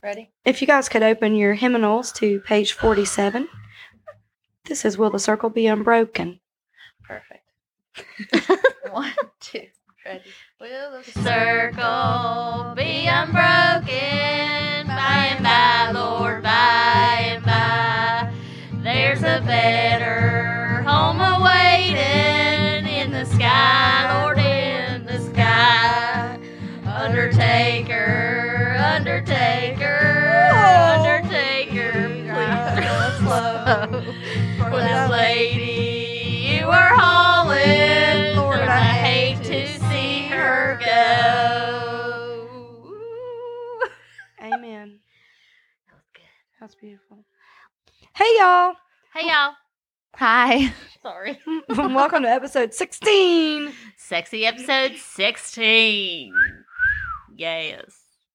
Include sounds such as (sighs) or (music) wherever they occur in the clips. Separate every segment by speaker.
Speaker 1: Ready?
Speaker 2: If you guys could open your hymnals to page 47, this is Will the Circle Be Unbroken?
Speaker 1: Perfect.
Speaker 3: (laughs)
Speaker 1: One, two, ready. Will the
Speaker 3: Circle be unbroken by and by, Lord, by and by. There's a better home awaiting in the sky, Lord, in the sky. Undertaker, Undertaker, Undertaker, please go slow. (laughs) For this lady you are hauling, Lord, I hate to see her go.
Speaker 2: Amen. That's beautiful. Hey, y'all. (laughs)
Speaker 3: Hey, y'all.
Speaker 1: Hi.
Speaker 3: (laughs) Sorry.
Speaker 2: Welcome to episode 16. You
Speaker 3: Sexy episode 16. Yes.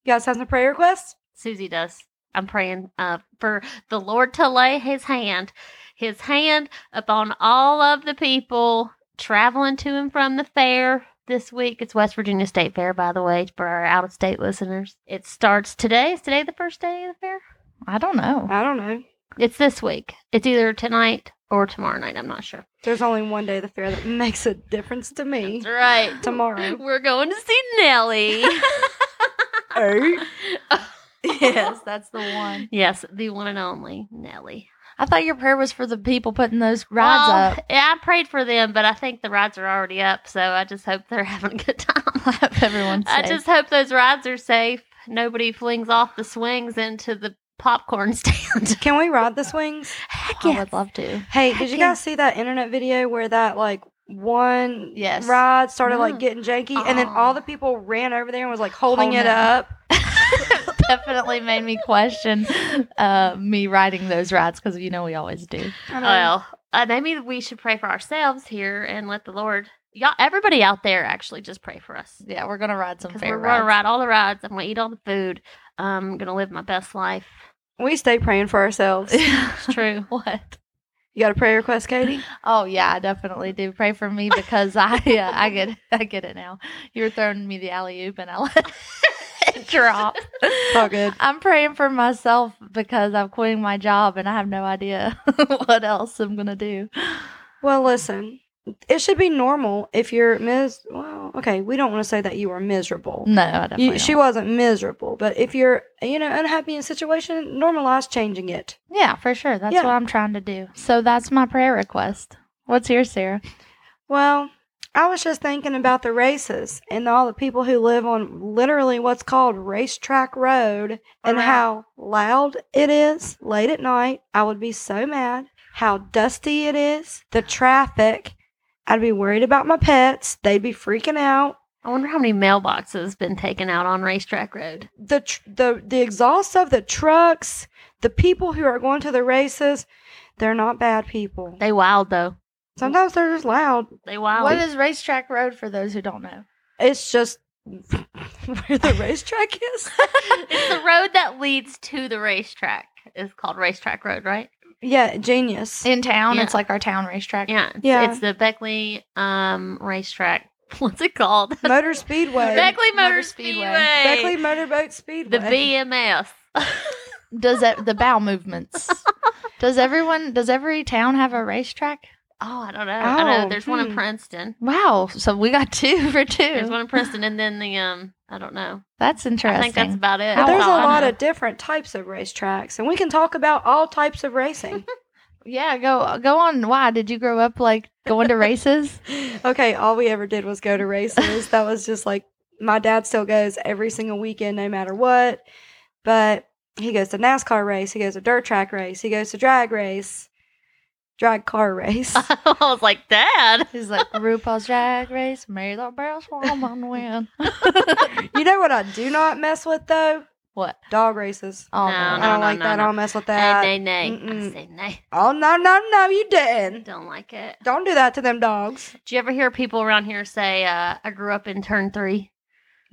Speaker 2: guys have some prayer requests?
Speaker 3: Susie does. I'm praying uh, for the Lord to lay his hand, his hand upon all of the people traveling to and from the fair this week. It's West Virginia State Fair, by the way, for our out of state listeners. It starts today. Is today the first day of the fair?
Speaker 1: I don't know.
Speaker 2: I don't know.
Speaker 3: It's this week. It's either tonight or tomorrow night. I'm not sure.
Speaker 2: There's only one day of the fair that makes a difference to me.
Speaker 3: (laughs) right.
Speaker 2: (laughs) Tomorrow.
Speaker 3: We're going to see Nellie.
Speaker 2: (laughs) Oh.
Speaker 1: yes, that's the one.
Speaker 3: (laughs) yes, the one and only Nellie.
Speaker 1: I thought your prayer was for the people putting those rides
Speaker 3: Well,
Speaker 1: up.
Speaker 3: Yeah, I prayed for them, but I think the rides are already up, so I just hope they're (laughs) having a good
Speaker 1: I
Speaker 3: time.
Speaker 1: hope everyone's
Speaker 3: I
Speaker 1: safe.
Speaker 3: just hope those rides are safe. Nobody flings off the swings into the popcorn (laughs) stand.
Speaker 2: Can we ride the swings?
Speaker 3: Heck
Speaker 1: I would love to. (laughs)
Speaker 2: Hey, did you
Speaker 3: yeah.
Speaker 2: guys see that internet video where that like one
Speaker 1: Yes.
Speaker 2: ride started like
Speaker 3: No.
Speaker 2: getting janky and then
Speaker 3: Oh.
Speaker 2: all the people ran over there and was like holding
Speaker 1: Holding
Speaker 2: it
Speaker 1: it.
Speaker 2: up?
Speaker 1: Definitely made me question uh, me riding those rides because you know we always do.
Speaker 2: I don't know.
Speaker 3: Well, uh, maybe we should pray for ourselves here and let the Lord, y'all, everybody out there, actually, just pray for us.
Speaker 1: Yeah, we're gonna ride some
Speaker 3: Because
Speaker 1: fair
Speaker 3: we're
Speaker 1: rides.
Speaker 3: gonna ride all the rides. I'm gonna eat all the food. I'm gonna live my best life.
Speaker 2: we stay praying for (laughs) ourselves. you
Speaker 3: It's true.
Speaker 1: (laughs) what?
Speaker 2: got a prayer request, Katie?
Speaker 1: Oh yeah, I definitely do. Pray for me because I (laughs) yeah, I get I get it now. You were throwing me the alley oop and I let it drop.
Speaker 2: All good.
Speaker 1: I'm praying for myself because I'm quitting my job and I have no idea (laughs) what else I'm gonna do.
Speaker 2: Well, listen, it should be normal if you're mis. Well, okay, we don't want to say that you are miserable.
Speaker 1: No, I definitely
Speaker 2: You, she
Speaker 1: don't.
Speaker 2: wasn't miserable, but if you're you know unhappy in a situation, normalize changing it.
Speaker 1: Yeah, for sure. That's
Speaker 2: Yeah.
Speaker 1: what I'm trying to do. So that's my prayer request. What's yours, Sarah?
Speaker 2: Well, I was just thinking about the races and all the people who live on literally what's called Racetrack Road and
Speaker 3: Right.
Speaker 2: how loud it is late at night. I would be so mad. How dusty it is, the traffic. I'd be worried about my pets. They'd be freaking out.
Speaker 3: I wonder how many mailboxes have been taken out on Racetrack Road.
Speaker 2: The, tr- the the exhaust of the trucks, the people who are going to the races, they're not bad people.
Speaker 3: They wild though.
Speaker 2: Sometimes they're just loud.
Speaker 3: They wild. (laughs)
Speaker 1: What is Racetrack Road for those who don't know?
Speaker 2: It's just (laughs) where the racetrack is.
Speaker 3: it's the road that leads to the racetrack. It's called Racetrack Road, right?
Speaker 2: Yeah, genius.
Speaker 1: In town,
Speaker 3: Yeah.
Speaker 1: it's like our town racetrack.
Speaker 3: Yeah. it's-
Speaker 2: Yeah.
Speaker 3: It's the Beckley um racetrack. (laughs) What's it called?
Speaker 2: Motor Speedway.
Speaker 3: Beckley Motor,
Speaker 1: Motor
Speaker 3: Speedway.
Speaker 1: Speedway.
Speaker 2: Beckley Motorboat Speedway.
Speaker 3: The BMS.
Speaker 1: Does that the bowel movements? (laughs) does everyone? Does every town have a racetrack?
Speaker 3: Oh, I don't know. I
Speaker 2: Oh,
Speaker 3: know. There's one in
Speaker 2: hmm.
Speaker 3: Princeton.
Speaker 1: Wow! So we got two (laughs) for
Speaker 3: There's
Speaker 1: two.
Speaker 3: one in Princeton, and then the um. I don't know.
Speaker 1: That's
Speaker 3: I
Speaker 1: interesting.
Speaker 3: think that's about it.
Speaker 2: But
Speaker 1: How
Speaker 2: there's a
Speaker 3: That's all I
Speaker 2: lot
Speaker 3: know.
Speaker 2: of different types of racetracks, and we can talk about all types of
Speaker 3: (laughs)
Speaker 2: racing.
Speaker 1: yeah, go go on. Why did you grow up like going (laughs) to races?
Speaker 2: okay, all we ever did was go to races. that was just like my dad still goes every single weekend, no matter what. But he goes to NASCAR race, he goes to dirt track race, he goes to drag race, drag car race.
Speaker 3: (laughs) I was like, Dad.
Speaker 1: He's like RuPaul's Drag Race, Mary the Barrel Swam on win.
Speaker 2: you know what I do not mess with though?
Speaker 1: (laughs) what?
Speaker 2: Dog races.
Speaker 1: Oh
Speaker 3: No,
Speaker 2: I
Speaker 3: no,
Speaker 2: don't like that.
Speaker 3: no.
Speaker 2: I don't mess with that.
Speaker 3: Hey, nay, nay. I
Speaker 2: mm-mm.
Speaker 3: say nay.
Speaker 2: Oh no no no! You didn't.
Speaker 3: Don't like it.
Speaker 2: Don't do that to them dogs.
Speaker 3: Do you ever hear people around here say, uh, "I grew up in Turn Three?
Speaker 1: (laughs)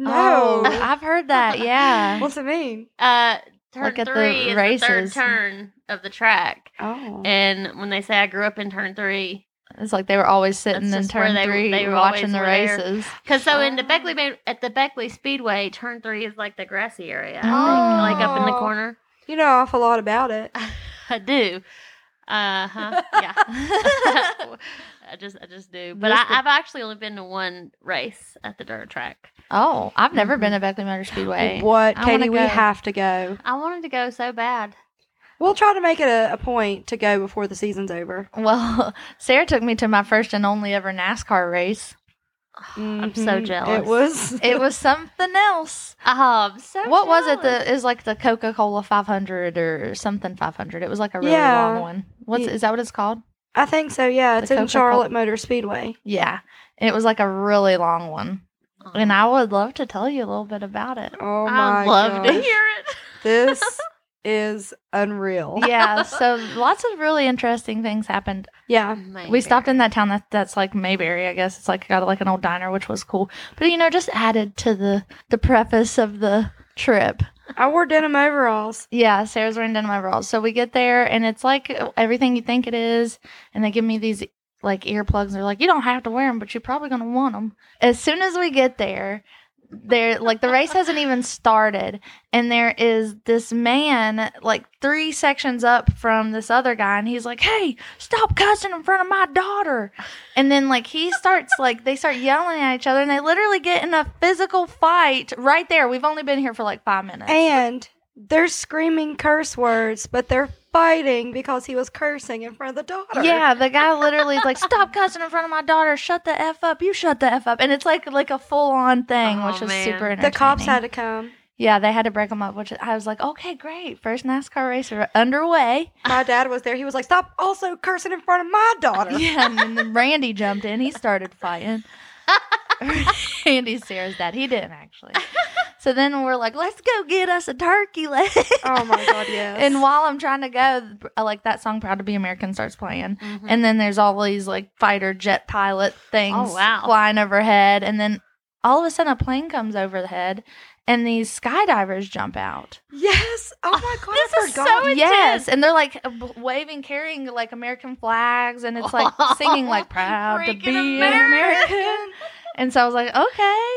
Speaker 2: No.
Speaker 1: Oh, I've heard that. Yeah.
Speaker 2: What's it mean?
Speaker 3: Uh, turn
Speaker 1: Look at the
Speaker 3: three is the third
Speaker 1: races. Mm.
Speaker 3: turn of the track.
Speaker 2: Oh.
Speaker 3: And when they say I grew up in turn three,
Speaker 1: It's like they were always sitting
Speaker 3: That's
Speaker 1: in
Speaker 3: just where
Speaker 1: turn
Speaker 3: they-
Speaker 1: three
Speaker 3: they were
Speaker 1: watching
Speaker 3: always were there.
Speaker 1: the races.
Speaker 3: Because so in the
Speaker 2: Oh.
Speaker 3: Beckley Bay- at the Beckley Speedway, turn three is like the grassy area,
Speaker 1: Oh.
Speaker 3: like up in the
Speaker 2: Oh.
Speaker 3: corner.
Speaker 2: You know an awful lot about it.
Speaker 3: I do. Uh huh.
Speaker 1: (laughs)
Speaker 3: Yeah. (laughs) I just I just do, but I,
Speaker 1: Just the-
Speaker 3: I've actually only been to one race at the dirt track.
Speaker 1: Oh, I've never been
Speaker 3: Mm-hmm.
Speaker 1: to Beckley Motor Speedway.
Speaker 2: What,
Speaker 1: I wanna
Speaker 2: Katie? We
Speaker 1: go.
Speaker 2: have to go.
Speaker 3: I wanted to go so
Speaker 1: (sighs)
Speaker 3: bad.
Speaker 2: We'll try to make it a, a point to go before the season's
Speaker 1: (sighs)
Speaker 2: over.
Speaker 1: Well, (laughs) Sarah took me to my first and only ever NASCAR race.
Speaker 3: I'm so
Speaker 2: Mhm.
Speaker 3: jealous.
Speaker 2: It was.
Speaker 3: (laughs)
Speaker 1: It was something else.
Speaker 3: Oh, I'm so
Speaker 1: What was it?
Speaker 3: jealous.
Speaker 1: The is like the Coca Cola 500 or something 500. It was like a really
Speaker 2: Yeah.
Speaker 1: long one. What's
Speaker 2: Ye-
Speaker 1: is that? What it's called?
Speaker 2: I think so. Yeah,
Speaker 1: The
Speaker 2: it's in
Speaker 1: Coca-Cola-
Speaker 2: Charlotte Motor Speedway.
Speaker 1: Yeah, it was like a really long one,
Speaker 3: Oh.
Speaker 1: and I would love to tell you a little bit
Speaker 3: (laughs)
Speaker 1: about it.
Speaker 2: Oh my
Speaker 3: I love to
Speaker 2: gosh.
Speaker 1: (laughs)
Speaker 3: hear it.
Speaker 2: This is unreal.
Speaker 1: Yeah, (laughs) so lots of really interesting things happened.
Speaker 3: (laughs)
Speaker 2: Yeah.
Speaker 1: We stopped in that town that that's like Mayberry, I guess. It's like got like an old diner, which was cool. But you know, just added to the the preface of the trip.
Speaker 2: I wore denim overalls.
Speaker 1: Yeah, Sarah's wearing denim overalls. So we get there, and it's like everything you think it is. And they give me these like earplugs. And they're like, you don't have to wear them, but you're probably gonna want them. As soon as we get there, there like the race hasn't even started, and there is this man like three sections up from this other guy, and he's like, hey, stop cussing in front of my daughter. And then like he starts like they start yelling at each other, and they literally get in a physical fight right there. We've only been here for like five minutes.
Speaker 2: And they're screaming curse words, but they're fighting because he was cursing in front of the daughter.
Speaker 1: Yeah, the guy literally is like, "Stop cussing in front of my daughter! Shut the f up! You shut the f up!" And it's like like a full on thing,
Speaker 3: Oh,
Speaker 1: which was
Speaker 3: man.
Speaker 1: super.
Speaker 2: The cops
Speaker 1: entertaining.
Speaker 2: had to come.
Speaker 1: yeah, they had to break them up. Which I was like, okay, great, first NASCAR race are underway.
Speaker 2: My dad was there. He was like, Stop also cursing in front of my daughter.
Speaker 1: Yeah, and then Randy jumped in. He started fighting. Randy Sarah's dad. He didn't actually. So then we're like, let's go get us a turkey leg.
Speaker 2: (laughs) Oh my (laughs) god, yes.
Speaker 1: And while I'm trying to go, I like that song "Proud to Be American" starts playing.
Speaker 3: Mhm.
Speaker 1: (laughs) And then there's all these like fighter jet pilot things
Speaker 3: Oh, wow.
Speaker 1: flying overhead. And then all of a sudden a plane comes overhead and these skydivers jump out.
Speaker 2: Yes. Oh (laughs) my god,
Speaker 3: This
Speaker 2: I
Speaker 3: is
Speaker 2: forgot.
Speaker 3: so intense.
Speaker 1: Yes. And they're like b- waving, carrying like American flags. And
Speaker 3: (laughs)
Speaker 1: it's like singing like proud to
Speaker 3: Freaking
Speaker 1: be an
Speaker 3: American.
Speaker 1: American. And so I was like, okay,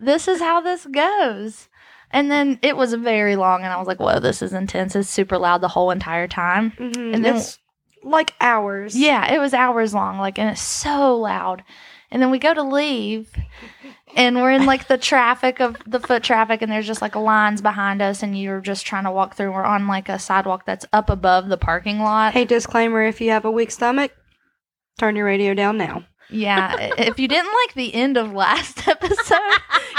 Speaker 1: this is how this goes. And then it was very long. And I was like, whoa, this is intense. It's super loud the whole entire time.
Speaker 2: Mhm,
Speaker 1: And then-
Speaker 2: it's like hours.
Speaker 1: Yeah, it was hours long, like, and it's so loud. And then we go to leave, and we're in like the traffic of the foot traffic, and there's just like lines behind us, and you're just trying to walk through. We're on like a sidewalk that's up above the parking lot.
Speaker 2: Hey, disclaimer if you have a weak stomach, turn your radio down now.
Speaker 1: Yeah, i- if you didn't like the end of last (laughs) episode,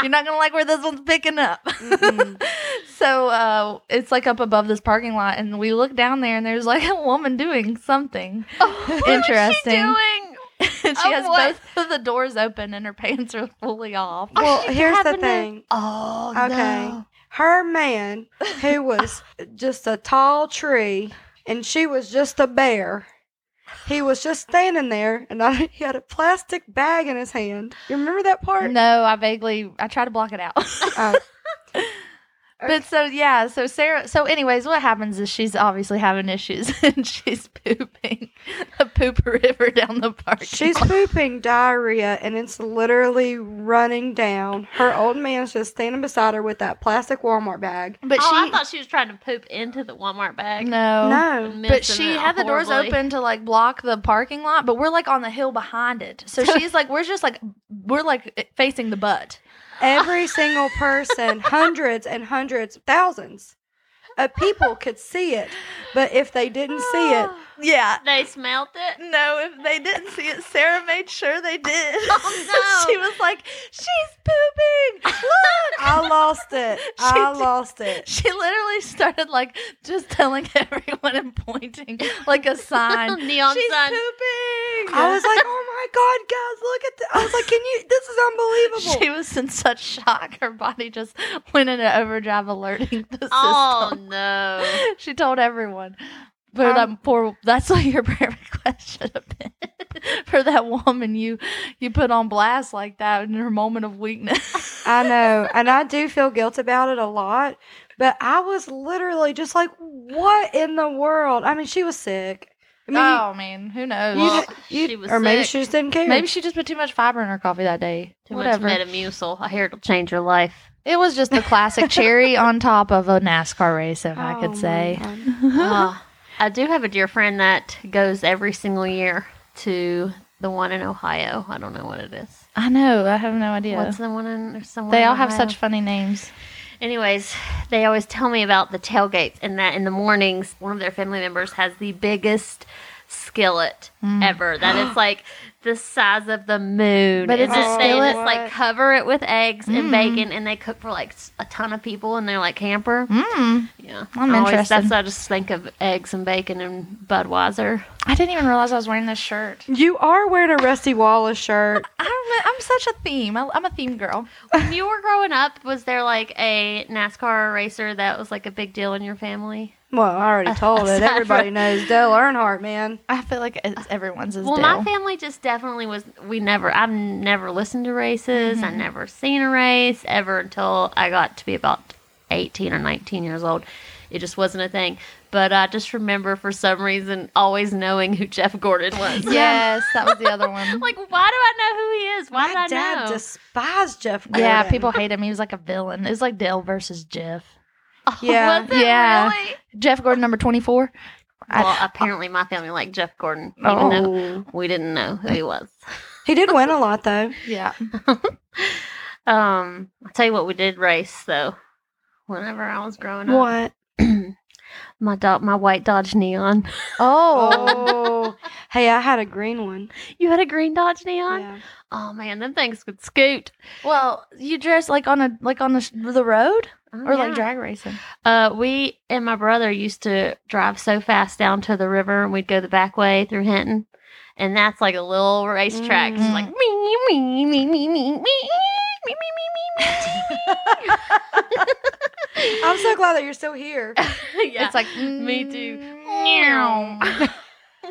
Speaker 1: you're not gonna like where this one's picking up. (laughs)
Speaker 2: Mm-mm.
Speaker 1: so uh, it's like up above this parking lot, and we look down there, and there's like a woman doing something. (laughs)
Speaker 3: what
Speaker 1: Interesting.
Speaker 3: Was she doing?
Speaker 1: And she
Speaker 3: Oh,
Speaker 1: has
Speaker 3: what?
Speaker 1: both of the doors open, and her (laughs) pants are fully off.
Speaker 2: (laughs) Well,
Speaker 3: Oh, she
Speaker 2: here's the
Speaker 3: happened to-
Speaker 2: thing.
Speaker 1: Oh,
Speaker 2: Okay. Her man,
Speaker 1: (laughs)
Speaker 2: who was just a tall tree, and she was just a bear. He was just standing there, and I, he had a plastic bag in his hand. You remember that part?
Speaker 1: No, I vaguely I try to block it out. (laughs)
Speaker 2: Oh.
Speaker 1: but so yeah, so Sarah so anyways, what happens is she's obviously having issues (laughs) and she's pooping a poop river down the park.
Speaker 2: She's pooping diarrhea, and it's literally running down. Her old man's just standing beside her with that plastic Walmart bag.
Speaker 1: (laughs) but
Speaker 3: oh, I
Speaker 1: she
Speaker 3: thought she was trying to poop into the Walmart bag.
Speaker 1: no.
Speaker 2: No.
Speaker 1: But she had the doors open to like block the parking lot, but we're like on the hill behind it. So (laughs) she's like, we're just like, we're like eh, facing the butt.
Speaker 2: Every single person, hundreds and hundreds, thousands of people could see it. But if they didn't see it,
Speaker 1: Yeah.
Speaker 3: (laughs) They smelt it.
Speaker 1: No, if they didn't see it, Sarah made sure they did.
Speaker 3: Oh, no.
Speaker 1: (laughs) she was like, she's pooping. Look.
Speaker 2: I lost it. I
Speaker 1: (laughs) She-
Speaker 2: lost it.
Speaker 1: She literally started like just telling (laughs) everyone and pointing like a sign.
Speaker 3: (laughs) Neon
Speaker 1: She's
Speaker 3: sign.
Speaker 1: pooping.
Speaker 2: I was like, oh my god, guys, look at this. I was like, can you? This is unbelievable.
Speaker 1: she was in such shock, her body just went into overdrive, alerting the
Speaker 3: Oh
Speaker 1: system. (laughs)
Speaker 3: no!
Speaker 1: She told everyone.
Speaker 2: Um,
Speaker 1: But um, poor, that's what your (laughs) prayer request should have been (laughs) for that woman you you put on blast like that in her moment of weakness.
Speaker 2: I know, and I do feel guilt about it a lot. But I was literally just like, what in the world? I mean, she was sick. (laughs) I mean, you-
Speaker 1: oh man, who knows?
Speaker 3: Well,
Speaker 2: you-
Speaker 3: she was
Speaker 2: or maybe
Speaker 3: sick.
Speaker 2: she just didn't care.
Speaker 1: Maybe she just put too much fiber in her coffee that day.
Speaker 3: Too
Speaker 1: Whatever.
Speaker 3: much Metamucil. I hear it'll change your life.
Speaker 1: It was just
Speaker 2: (laughs)
Speaker 1: the classic cherry on top of a NASCAR race, if I
Speaker 2: Oh,
Speaker 1: could say.
Speaker 2: my God.
Speaker 3: Uh, I do have a dear friend that goes every single year to the one in Ohio. I don't know what it is.
Speaker 1: I know. I have no idea.
Speaker 3: What's the one in? There's someone
Speaker 1: they
Speaker 3: in
Speaker 1: all have
Speaker 3: Ohio.
Speaker 1: such funny names.
Speaker 3: Anyways, they always tell me about the tailgates and that in the mornings, one of their family members has the biggest skillet
Speaker 1: Mm.
Speaker 3: ever. That
Speaker 1: (gasps)
Speaker 3: it's like the size of the moon.
Speaker 1: But it's
Speaker 3: And
Speaker 1: a
Speaker 3: just- they
Speaker 1: skillet?
Speaker 3: just like cover it with eggs and
Speaker 1: Mm.
Speaker 3: bacon, and they cook for like s- a ton of people, and they're like camper.
Speaker 1: Mm.
Speaker 3: Yeah,
Speaker 1: I'm
Speaker 3: I always-
Speaker 1: interested.
Speaker 3: That's what I just think of eggs and bacon and Budweiser.
Speaker 1: I didn't even realize I was wearing this shirt.
Speaker 2: You are wearing a Rusty Wallace shirt.
Speaker 1: I'm, I'm such a theme. I, I'm a theme girl.
Speaker 3: When you were growing up, was there like a NASCAR racer that was like a big deal in your family?
Speaker 2: Well, I
Speaker 1: (laughs)
Speaker 2: already told it.
Speaker 3: Aside
Speaker 2: Everybody
Speaker 3: from-
Speaker 2: knows Dale Earnhardt, man.
Speaker 1: I feel like it's everyone's is
Speaker 3: Well, my
Speaker 1: Dale. (laughs)
Speaker 3: family just definitely was. We never, I've never listened to races.
Speaker 2: Mm-hmm.
Speaker 3: I never seen a race ever until I got to be about 18 or 19 years old. It just wasn't a thing. But I just remember for some reason always knowing who Jeff Gordon
Speaker 2: (laughs)
Speaker 3: was.
Speaker 1: yes, that was the (laughs) other
Speaker 3: (laughs)
Speaker 1: one.
Speaker 3: like, why do I know who he is? Why
Speaker 2: My
Speaker 3: did I
Speaker 2: dad
Speaker 3: know? (laughs)
Speaker 2: despised Jeff. Gordon.
Speaker 1: yeah, people hate him. He was like a villain. It was like Dale versus Jeff.
Speaker 2: Yeah.
Speaker 3: Was it
Speaker 1: Yeah.
Speaker 3: really?
Speaker 1: Jeff Gordon, number 24. I-
Speaker 3: Well, apparently my family liked Jeff Gordon, even
Speaker 2: Oh.
Speaker 3: though we didn't know who he was.
Speaker 2: He did win a lot
Speaker 1: (laughs)
Speaker 2: though.
Speaker 1: Yeah.
Speaker 3: Um, I'll tell you what we did race though. Whenever I was growing up,
Speaker 2: What?
Speaker 3: (clears throat) my do- my white Dodge Neon. (laughs)
Speaker 1: Oh. (laughs)
Speaker 2: Oh. hey, I had a green one.
Speaker 3: You had a green Dodge Neon.
Speaker 2: Yeah.
Speaker 3: Oh man, them things could scoot.
Speaker 1: well, you dress like on a like on the, sh- the road
Speaker 3: Oh,
Speaker 1: or like
Speaker 3: yeah.
Speaker 1: drag racing.
Speaker 3: Uh, we and my brother used to drive so fast down to the river, and we'd go the back way through Hinton, and that's like a little racetrack. It's
Speaker 1: Mm.
Speaker 3: like me me me me me me me me me me me.
Speaker 2: I'm so glad that you're still here.
Speaker 3: yeah.
Speaker 1: It's (laughs) like
Speaker 3: me
Speaker 1: (laughs)
Speaker 3: too.
Speaker 1: mm,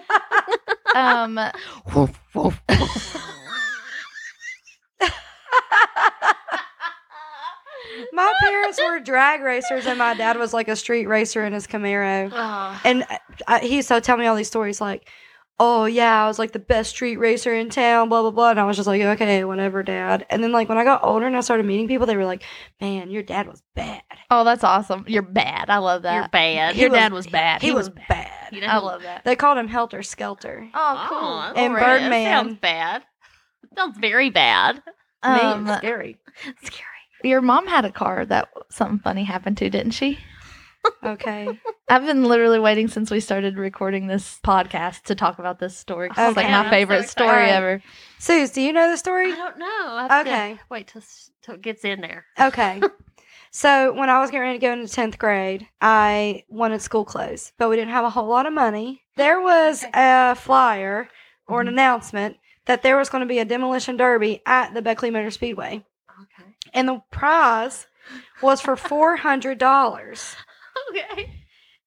Speaker 1: (laughs) um
Speaker 3: woof, woof.
Speaker 2: My parents were drag racers, and my dad was like a street racer in his Camaro.
Speaker 3: oh,
Speaker 2: And I- I, he used to tell me all these stories like, oh, yeah, I was like the best street racer in town, blah, blah, blah. And I was just like, okay, whatever, dad. And then, like, when I got older and I started meeting people, they were like, man, your dad was bad.
Speaker 1: Oh, that's awesome. You're bad. I love
Speaker 3: you're
Speaker 1: that.
Speaker 3: bad.
Speaker 2: He
Speaker 1: Your
Speaker 2: was-
Speaker 1: dad was bad.
Speaker 2: He, was bad.
Speaker 3: You know
Speaker 1: I
Speaker 3: who-
Speaker 1: love that.
Speaker 2: They called him Helter Skelter.
Speaker 1: Oh, cool.
Speaker 3: Oh, that's
Speaker 2: And
Speaker 1: All right.
Speaker 3: bad. That Sounds
Speaker 2: Birdman.
Speaker 3: bad. That Sounds very bad.
Speaker 2: Man,
Speaker 1: Um,
Speaker 2: scary.
Speaker 3: Scary.
Speaker 1: your mom had a car that something funny happened to, didn't she?
Speaker 2: Okay.
Speaker 1: I've been literally waiting since we started recording this podcast to talk about this story. 'cause It's like
Speaker 2: Okay.
Speaker 1: my
Speaker 3: I'm so
Speaker 1: favorite
Speaker 3: excited.
Speaker 1: story
Speaker 2: Alright.
Speaker 1: ever.
Speaker 2: Suze, do you know the story?
Speaker 3: I don't know. I have to
Speaker 2: Okay.
Speaker 3: wait till, s- till it gets in there.
Speaker 2: Okay. so when I was getting ready to go into tenth grade, I wanted school clothes, but we didn't have a whole lot of money. There was a flyer or an
Speaker 1: Mhm.
Speaker 2: announcement that there was going to be a demolition derby at the Beckley Motor Speedway,
Speaker 3: Okay.
Speaker 2: and the prize was for four hundred dollars.
Speaker 3: Okay.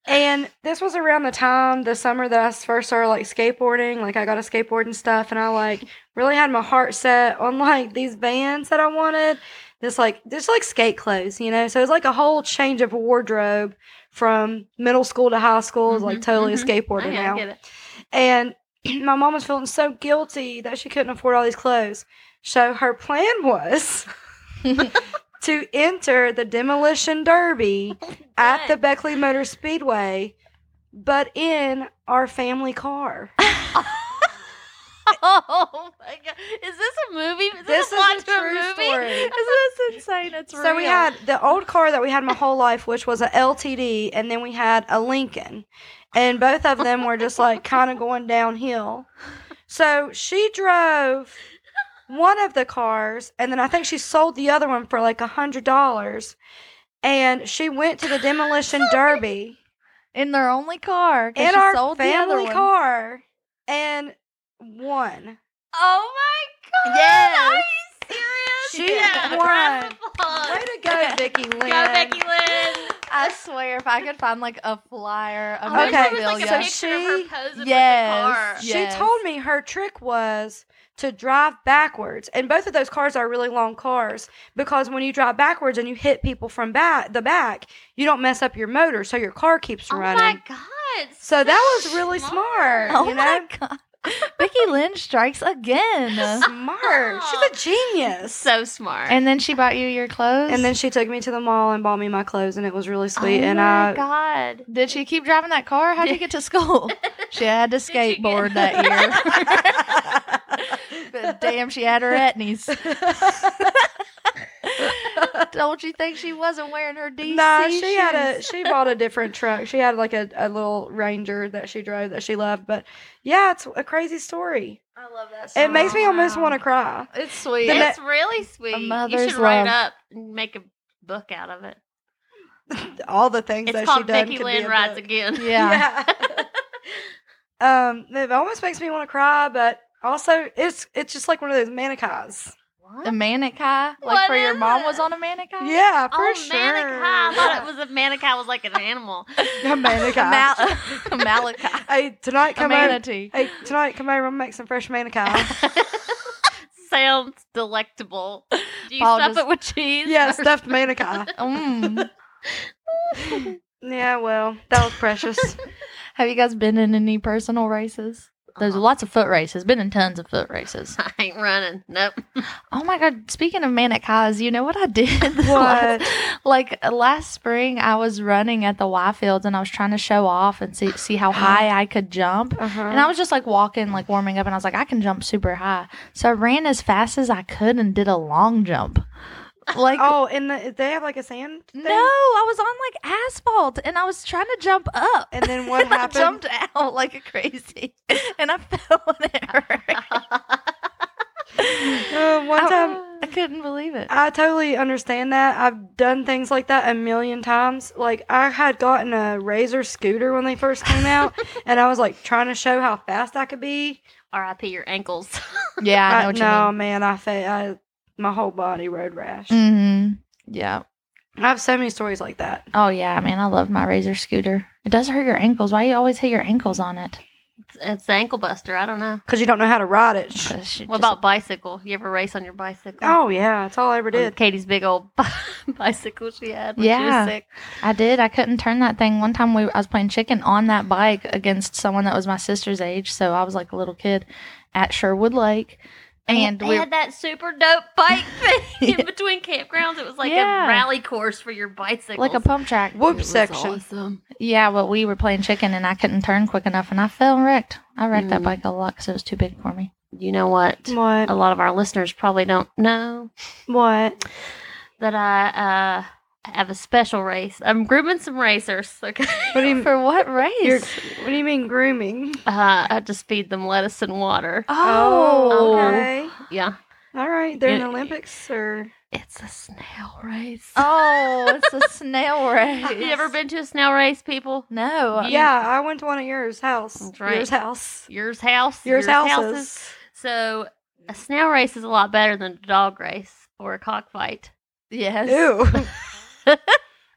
Speaker 2: And this was around the time the summer that I first started like skateboarding, like I got a skateboard and stuff, and I like really had my heart set on like these bands that I wanted. This like just like skate clothes, you know. So it's like a whole change of wardrobe from middle school to high school. It's like
Speaker 3: Mhm,
Speaker 2: totally
Speaker 3: mhm.
Speaker 2: a skateboarder
Speaker 3: Okay, I
Speaker 2: now.
Speaker 3: get it.
Speaker 2: And (clears throat) my mom was feeling so guilty that she couldn't afford all these clothes. So her plan was to enter the demolition derby at the Beckley Motor Speedway, but in our family car.
Speaker 3: (laughs) Oh my god! Is this a movie? Is this,
Speaker 2: This
Speaker 3: a
Speaker 2: is
Speaker 3: plot
Speaker 2: a
Speaker 3: to a
Speaker 2: true
Speaker 3: movie?
Speaker 2: story.
Speaker 1: That's insane. It's
Speaker 2: So we had the old car that we had my whole life, which was a LTD, and then we had a Lincoln. And both of them were just like kind of going downhill. So she drove one of the cars, and then I think she sold the other one for like a hundred dollars. And she went
Speaker 1: (gasps)
Speaker 2: to the demolition derby
Speaker 1: in their only car. 'cause
Speaker 2: in
Speaker 1: she
Speaker 2: our
Speaker 1: sold the other
Speaker 2: family
Speaker 1: one.
Speaker 2: car and won.
Speaker 3: Oh my god!
Speaker 2: Yes.
Speaker 3: Are you serious?
Speaker 2: She
Speaker 3: yeah.
Speaker 2: won.
Speaker 3: round of applause.
Speaker 2: Way to go, Vicky Lynn.
Speaker 3: Go, Becky Lynn.
Speaker 1: I swear, if I could find like a flyer of
Speaker 3: I wish
Speaker 2: Okay,
Speaker 3: there was like a
Speaker 2: so
Speaker 3: picture of her
Speaker 2: she-
Speaker 3: posing
Speaker 1: yes.
Speaker 3: with the car.
Speaker 2: She
Speaker 1: Yes.
Speaker 2: told me her trick was to drive backwards, and both of those cars are really long cars because when you drive backwards and you hit people from back the back, you don't mess up your motor, so your car keeps
Speaker 3: Oh
Speaker 2: running.
Speaker 3: my
Speaker 2: So that was really
Speaker 3: (laughs)
Speaker 2: smart.
Speaker 1: Oh
Speaker 2: you
Speaker 1: my
Speaker 2: know,
Speaker 1: god. Becky Lynn
Speaker 2: (laughs)
Speaker 1: strikes again.
Speaker 2: smart. She's a genius.
Speaker 3: So smart.
Speaker 1: And then she bought you your clothes.
Speaker 2: and then she took me to the mall and bought me my clothes, and it was really
Speaker 3: oh
Speaker 2: sweet. and
Speaker 3: my
Speaker 2: I, (laughs)
Speaker 3: God.
Speaker 1: did she keep driving that car? How'd you get to school? she had to
Speaker 3: she get-
Speaker 2: (laughs)
Speaker 1: skateboard that year. but damn, she had her etnies. (laughs) Don't you think she wasn't wearing her DC?
Speaker 2: Nah, she had a
Speaker 1: shoes?
Speaker 2: she bought a different truck. She had like a, a little Ranger that she drove that she loved. But yeah, it's a crazy story.
Speaker 1: I love that.
Speaker 2: It makes me almost
Speaker 1: song.
Speaker 2: want
Speaker 3: Um,
Speaker 2: to cry.
Speaker 1: It's sweet.
Speaker 2: The
Speaker 3: That's really sweet. You
Speaker 1: mother's
Speaker 3: should write
Speaker 1: love.
Speaker 3: up and make a book out of it.
Speaker 2: All the things
Speaker 3: It's
Speaker 2: that
Speaker 3: called
Speaker 2: she done
Speaker 3: Vicky
Speaker 2: could be
Speaker 3: Lynn
Speaker 2: a (laughs)
Speaker 3: Rides
Speaker 2: book.
Speaker 3: Again.
Speaker 1: (laughs)
Speaker 3: (laughs)
Speaker 1: yeah.
Speaker 2: (laughs) um, it almost makes me want to cry, but also it's it's just like one of those manicas.
Speaker 1: The
Speaker 3: What?
Speaker 1: manic high, like
Speaker 3: What
Speaker 1: for your
Speaker 3: is
Speaker 1: mom
Speaker 3: it?
Speaker 1: was on a manic high.
Speaker 2: Yeah, for
Speaker 3: Oh,
Speaker 2: sure.
Speaker 3: Manicai. I thought it was a Manicai was like an animal.
Speaker 2: (laughs) a manicai.
Speaker 3: (laughs)
Speaker 2: (laughs)
Speaker 1: Mal- Malachi.
Speaker 2: hey, tonight
Speaker 1: A
Speaker 2: come over.
Speaker 1: manatee.
Speaker 2: Hey, tonight come over and make some fresh (laughs) manicai.
Speaker 3: Sounds delectable. Do you
Speaker 1: Paul
Speaker 3: stuff
Speaker 1: just-
Speaker 3: it with cheese?
Speaker 2: yeah, (laughs)
Speaker 3: or-
Speaker 2: stuffed
Speaker 3: (laughs)
Speaker 2: manicai.
Speaker 1: Mm.
Speaker 2: Yeah, well, that was (laughs) precious.
Speaker 1: Have you guys been in any personal races? There's
Speaker 2: Uh-huh.
Speaker 3: Uh-uh.
Speaker 1: lots of foot races. Been in tons of foot races.
Speaker 3: (laughs) I ain't running. Nope.
Speaker 1: Oh my god! Speaking of manic highs, you know what I did? (laughs)
Speaker 2: What?
Speaker 1: this last- like last spring, I was running at the Y fields and I was trying to show off and see see how high I could jump.
Speaker 2: Uh-huh.
Speaker 1: And I was just like walking, like warming up, and I was like, I can jump super high. So I ran as fast as I could and did a
Speaker 2: (laughs)
Speaker 1: long jump. Like,
Speaker 2: oh, and the, they have like a sand. Thing?
Speaker 1: no, I was on like asphalt and I was trying to jump up.
Speaker 2: And (laughs) then what
Speaker 1: And I
Speaker 2: happened?
Speaker 1: jumped out like a crazy (laughs) and I fell and it (laughs) hurt.
Speaker 2: Uh, one time,
Speaker 1: I, I couldn't believe it.
Speaker 2: I totally understand that. I've done things like that a million times. Like I had gotten a Razor scooter when they first came
Speaker 1: (laughs)
Speaker 2: out, and I was like trying to show how fast I could be.
Speaker 3: R.I.P. your ankles. (laughs)
Speaker 1: yeah, I know
Speaker 2: I-
Speaker 1: what you
Speaker 2: no,
Speaker 1: mean.
Speaker 2: man, I, fa- I my whole body road rash.
Speaker 1: Mm-hmm. Yeah.
Speaker 2: I have so many stories like that.
Speaker 1: Oh yeah, man. I love my razor scooter. It does hurt your ankles. Why you always hit your ankles on it?
Speaker 3: It's- It's the ankle buster. I don't know.
Speaker 2: Cause you don't know how to ride it. Sh-
Speaker 1: What
Speaker 3: What about bicycle? You ever race on your bicycle?
Speaker 2: Oh yeah, that's all I ever
Speaker 3: On
Speaker 2: did.
Speaker 3: Katie's big old (laughs) bicycle she had when she
Speaker 1: Yeah.
Speaker 3: was sick.
Speaker 1: I did. I couldn't turn that thing. One time we I was playing chicken on that bike against someone that was my sister's age, so I was like a little kid at Sherwood Lake. And
Speaker 3: they
Speaker 1: we
Speaker 3: had that super dope bike (laughs)
Speaker 1: (laughs)
Speaker 3: thing in between campgrounds. It was like
Speaker 1: Yeah.
Speaker 3: a rally course for your bicycle.
Speaker 1: like a pump track.
Speaker 2: Whoop section.
Speaker 1: Yeah, but we were playing chicken and I couldn't turn quick enough and I fell and wrecked. I wrecked that
Speaker 3: Mm.
Speaker 1: bike a lot because it was too big for me.
Speaker 3: You know what?
Speaker 2: What?
Speaker 3: A
Speaker 1: Oh.
Speaker 3: lot of our listeners probably don't know
Speaker 2: What?
Speaker 3: that I uh, have a special race. I'm grooming some racers. Okay. (laughs)
Speaker 2: What do you?
Speaker 1: For what race?
Speaker 2: You're, what do you mean grooming?
Speaker 3: Uh, I just feed them lettuce and
Speaker 1: (gasps)
Speaker 3: water.
Speaker 1: oh,
Speaker 3: Oh.
Speaker 2: okay.
Speaker 3: Yeah.
Speaker 2: All right, they're in
Speaker 3: Yeah.
Speaker 2: Olympics or
Speaker 3: It's a snail race.
Speaker 1: oh, it's a (laughs) snail race.
Speaker 3: you ever been to a snail race, people?
Speaker 1: No.
Speaker 2: yeah, I went to one of yours house.
Speaker 3: That's right.
Speaker 2: Yours house.
Speaker 3: Yours house.
Speaker 2: Yours, houses.
Speaker 3: So a snail race is a lot better than a dog race or a cockfight.
Speaker 1: Yes.
Speaker 2: Ew.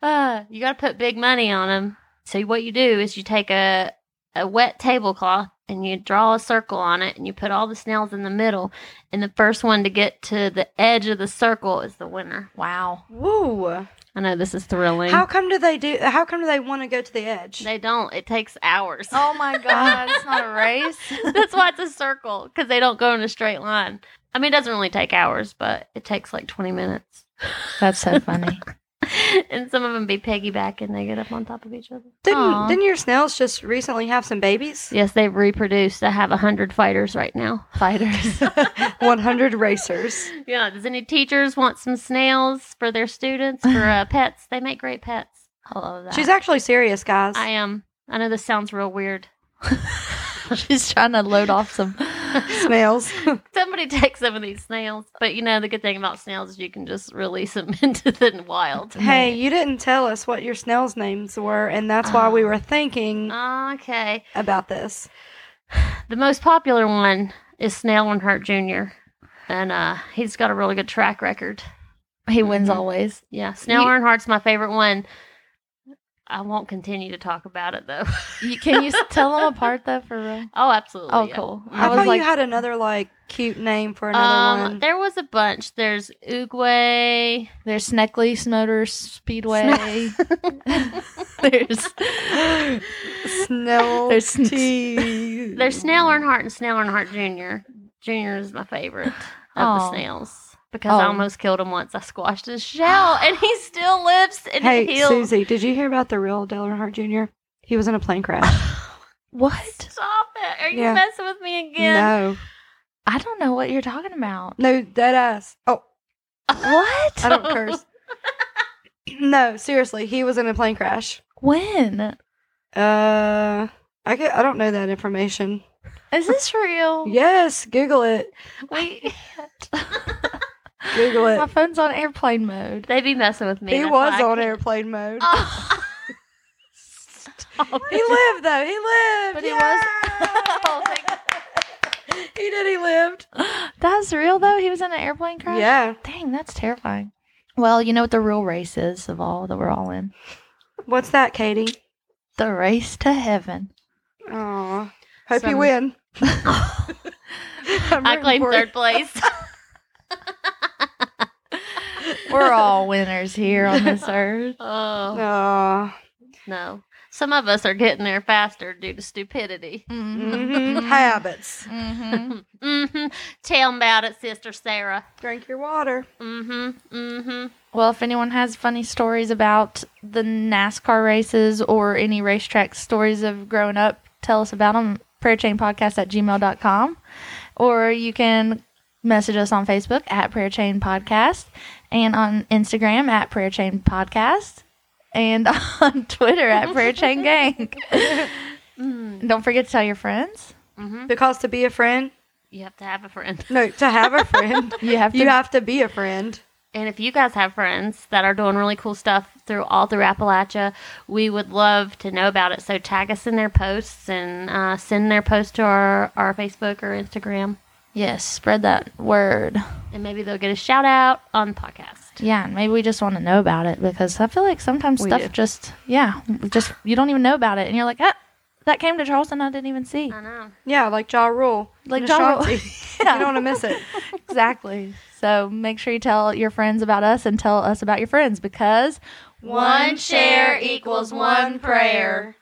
Speaker 3: Uh, you got to put big money on them. So what you do is you take a a wet tablecloth and you draw a circle on it and you put all the snails in the middle and the first one to get to the edge of the circle is the winner.
Speaker 1: Wow.
Speaker 2: (laughs) Woo.
Speaker 3: I know this is thrilling.
Speaker 2: How come do they do? How come do they want to go to the edge?
Speaker 3: they don't. It takes hours.
Speaker 1: Oh my God. it's not a race.
Speaker 3: (laughs) That's why it's a circle because they don't go in a straight line. I mean, it doesn't really take hours, but it takes like 20 minutes.
Speaker 1: (laughs)
Speaker 3: (laughs)
Speaker 1: That's so funny.
Speaker 3: and some of them be piggyback and they get up on top of each other.
Speaker 2: didn't
Speaker 1: Aw.
Speaker 2: Didn't your snails just recently have some babies?
Speaker 3: Yes, they've reproduced. I have 100 fighters right now.
Speaker 1: (laughs) Fighters.
Speaker 2: (laughs) One hundred racers.
Speaker 3: (laughs) Yeah. Does any teachers want some snails for their students, for
Speaker 1: (laughs)
Speaker 3: uh, pets? They make great pets. I love that.
Speaker 2: She's actually serious, guys. (laughs)
Speaker 3: I am. I know this sounds real weird.
Speaker 1: She's trying to load off some.
Speaker 2: snails.
Speaker 3: Somebody (laughs) take some of these snails. But you know, the good thing about snails is you can just release them (laughs) into the wild.
Speaker 2: hey, you didn't tell us what your snails' names were, and that's why we were
Speaker 3: Ah.
Speaker 2: thinking
Speaker 3: Okay.
Speaker 2: about this.
Speaker 3: The most popular one is Snell Earnhardt Jr. And uh, he's got a really good track record.
Speaker 1: He wins always.
Speaker 3: Yeah, Snell
Speaker 1: You-
Speaker 3: Earnhardt's my favorite one. I won't continue to talk about it though. (laughs)
Speaker 1: You, can you s- tell them apart though, for real?
Speaker 3: oh, absolutely.
Speaker 1: Oh,
Speaker 3: yeah.
Speaker 1: cool.
Speaker 2: I,
Speaker 1: I
Speaker 2: thought
Speaker 1: was like,
Speaker 2: you had another like cute name for another
Speaker 3: Um,
Speaker 2: one.
Speaker 3: there was a bunch. There's Uguay.
Speaker 1: there's Sneckley's Motor Speedway. (laughs) there's
Speaker 2: Snell
Speaker 3: (laughs)
Speaker 1: There's-
Speaker 2: tea.
Speaker 3: There's Snell Earnhardt and Snell Earnhardt Jr. Jr. is my favorite of the
Speaker 1: Aw.
Speaker 3: snails because I
Speaker 1: Oh.
Speaker 3: almost killed him once. I squashed his shell,
Speaker 2: (sighs)
Speaker 3: and he still lives and
Speaker 2: Hey
Speaker 3: heals.
Speaker 2: Susie, did you hear about the real Dale Earnhardt Jr.? He was in a plane
Speaker 3: (laughs)
Speaker 2: crash.
Speaker 1: what?
Speaker 3: Stop it! Are you
Speaker 2: Yeah.
Speaker 3: messing with me again?
Speaker 2: No,
Speaker 1: I don't know what you're talking about.
Speaker 2: no, dead ass. Oh,
Speaker 1: What?
Speaker 2: I don't curse. (clears throat) No, seriously, he was in a plane crash.
Speaker 1: When?
Speaker 2: Uh, I get, I don't know that information.
Speaker 1: Is this real?
Speaker 2: Yes, Google it.
Speaker 1: Wait.
Speaker 2: Google
Speaker 1: My
Speaker 2: it.
Speaker 1: phone's on airplane mode.
Speaker 3: (laughs) They be messing with me.
Speaker 2: he
Speaker 3: that's
Speaker 2: was
Speaker 3: why I
Speaker 2: on
Speaker 3: can't-
Speaker 2: airplane mode. (laughs)
Speaker 3: (laughs) Oh. Stop
Speaker 2: He
Speaker 3: it.
Speaker 2: lived though. He lived.
Speaker 1: But he was- Oh, thank
Speaker 2: he did. He
Speaker 1: (gasps)
Speaker 2: lived.
Speaker 1: That's real though. He was in an airplane crash.
Speaker 2: Yeah. (laughs)
Speaker 1: Dang, that's terrifying. Well, you know what the real race is of all that we're all in?
Speaker 2: What's that, Katie?
Speaker 1: The race to heaven.
Speaker 2: Aw. Hope you
Speaker 3: Some-
Speaker 2: win.
Speaker 3: I claim third place.
Speaker 2: (laughs)
Speaker 1: We're all winners here
Speaker 2: (laughs)
Speaker 1: on this earth.
Speaker 3: Oh
Speaker 2: Aw.
Speaker 3: no! Some of us are getting there faster due to stupidity. (laughs)
Speaker 2: Mhm. Habits.
Speaker 1: Mm-hmm.
Speaker 3: Mm-hmm. Tell 'em about it, Sister Sarah.
Speaker 2: Drink your water.
Speaker 3: Mm-hmm. Mm-hmm.
Speaker 1: Well, if anyone has funny stories about the NASCAR races or any racetrack stories of growing up, tell us about them. Prayerchainpodcast at gmail.com. Or you can message us on Facebook at Prayer Chain Podcast and on Instagram at Prayer Chain Podcast and (laughs) on Twitter at Prayer Chain Gang. Don't forget to tell your friends.
Speaker 3: Mm-hmm.
Speaker 2: Because to be a friend,
Speaker 3: You have to have a friend.
Speaker 2: no, to have a friend,
Speaker 1: (laughs) You have to.
Speaker 2: you have to be a friend.
Speaker 3: And if you guys have friends that are doing really cool stuff through all through Appalachia, we would love to know about it. So tag us in their posts and uh, send their posts to our, our Facebook or Instagram,
Speaker 1: yes, spread that word.
Speaker 3: and maybe they'll get a shout out on the podcast.
Speaker 1: Yeah, and maybe we just want to know about it because I feel like sometimes
Speaker 3: We
Speaker 1: stuff
Speaker 3: do.
Speaker 1: just yeah, just you don't even know about it, and you're like, ah, that came to Charleston, I didn't even see.
Speaker 3: I know.
Speaker 2: Yeah, like Ja Rule.
Speaker 1: Like
Speaker 2: And
Speaker 1: Ja Rule.
Speaker 2: Ashanti.
Speaker 1: Yeah.
Speaker 2: (laughs) You don't want to miss
Speaker 1: (laughs)
Speaker 2: it.
Speaker 1: exactly. So make sure you tell your friends about us and tell us about your friends because
Speaker 3: One share equals one prayer.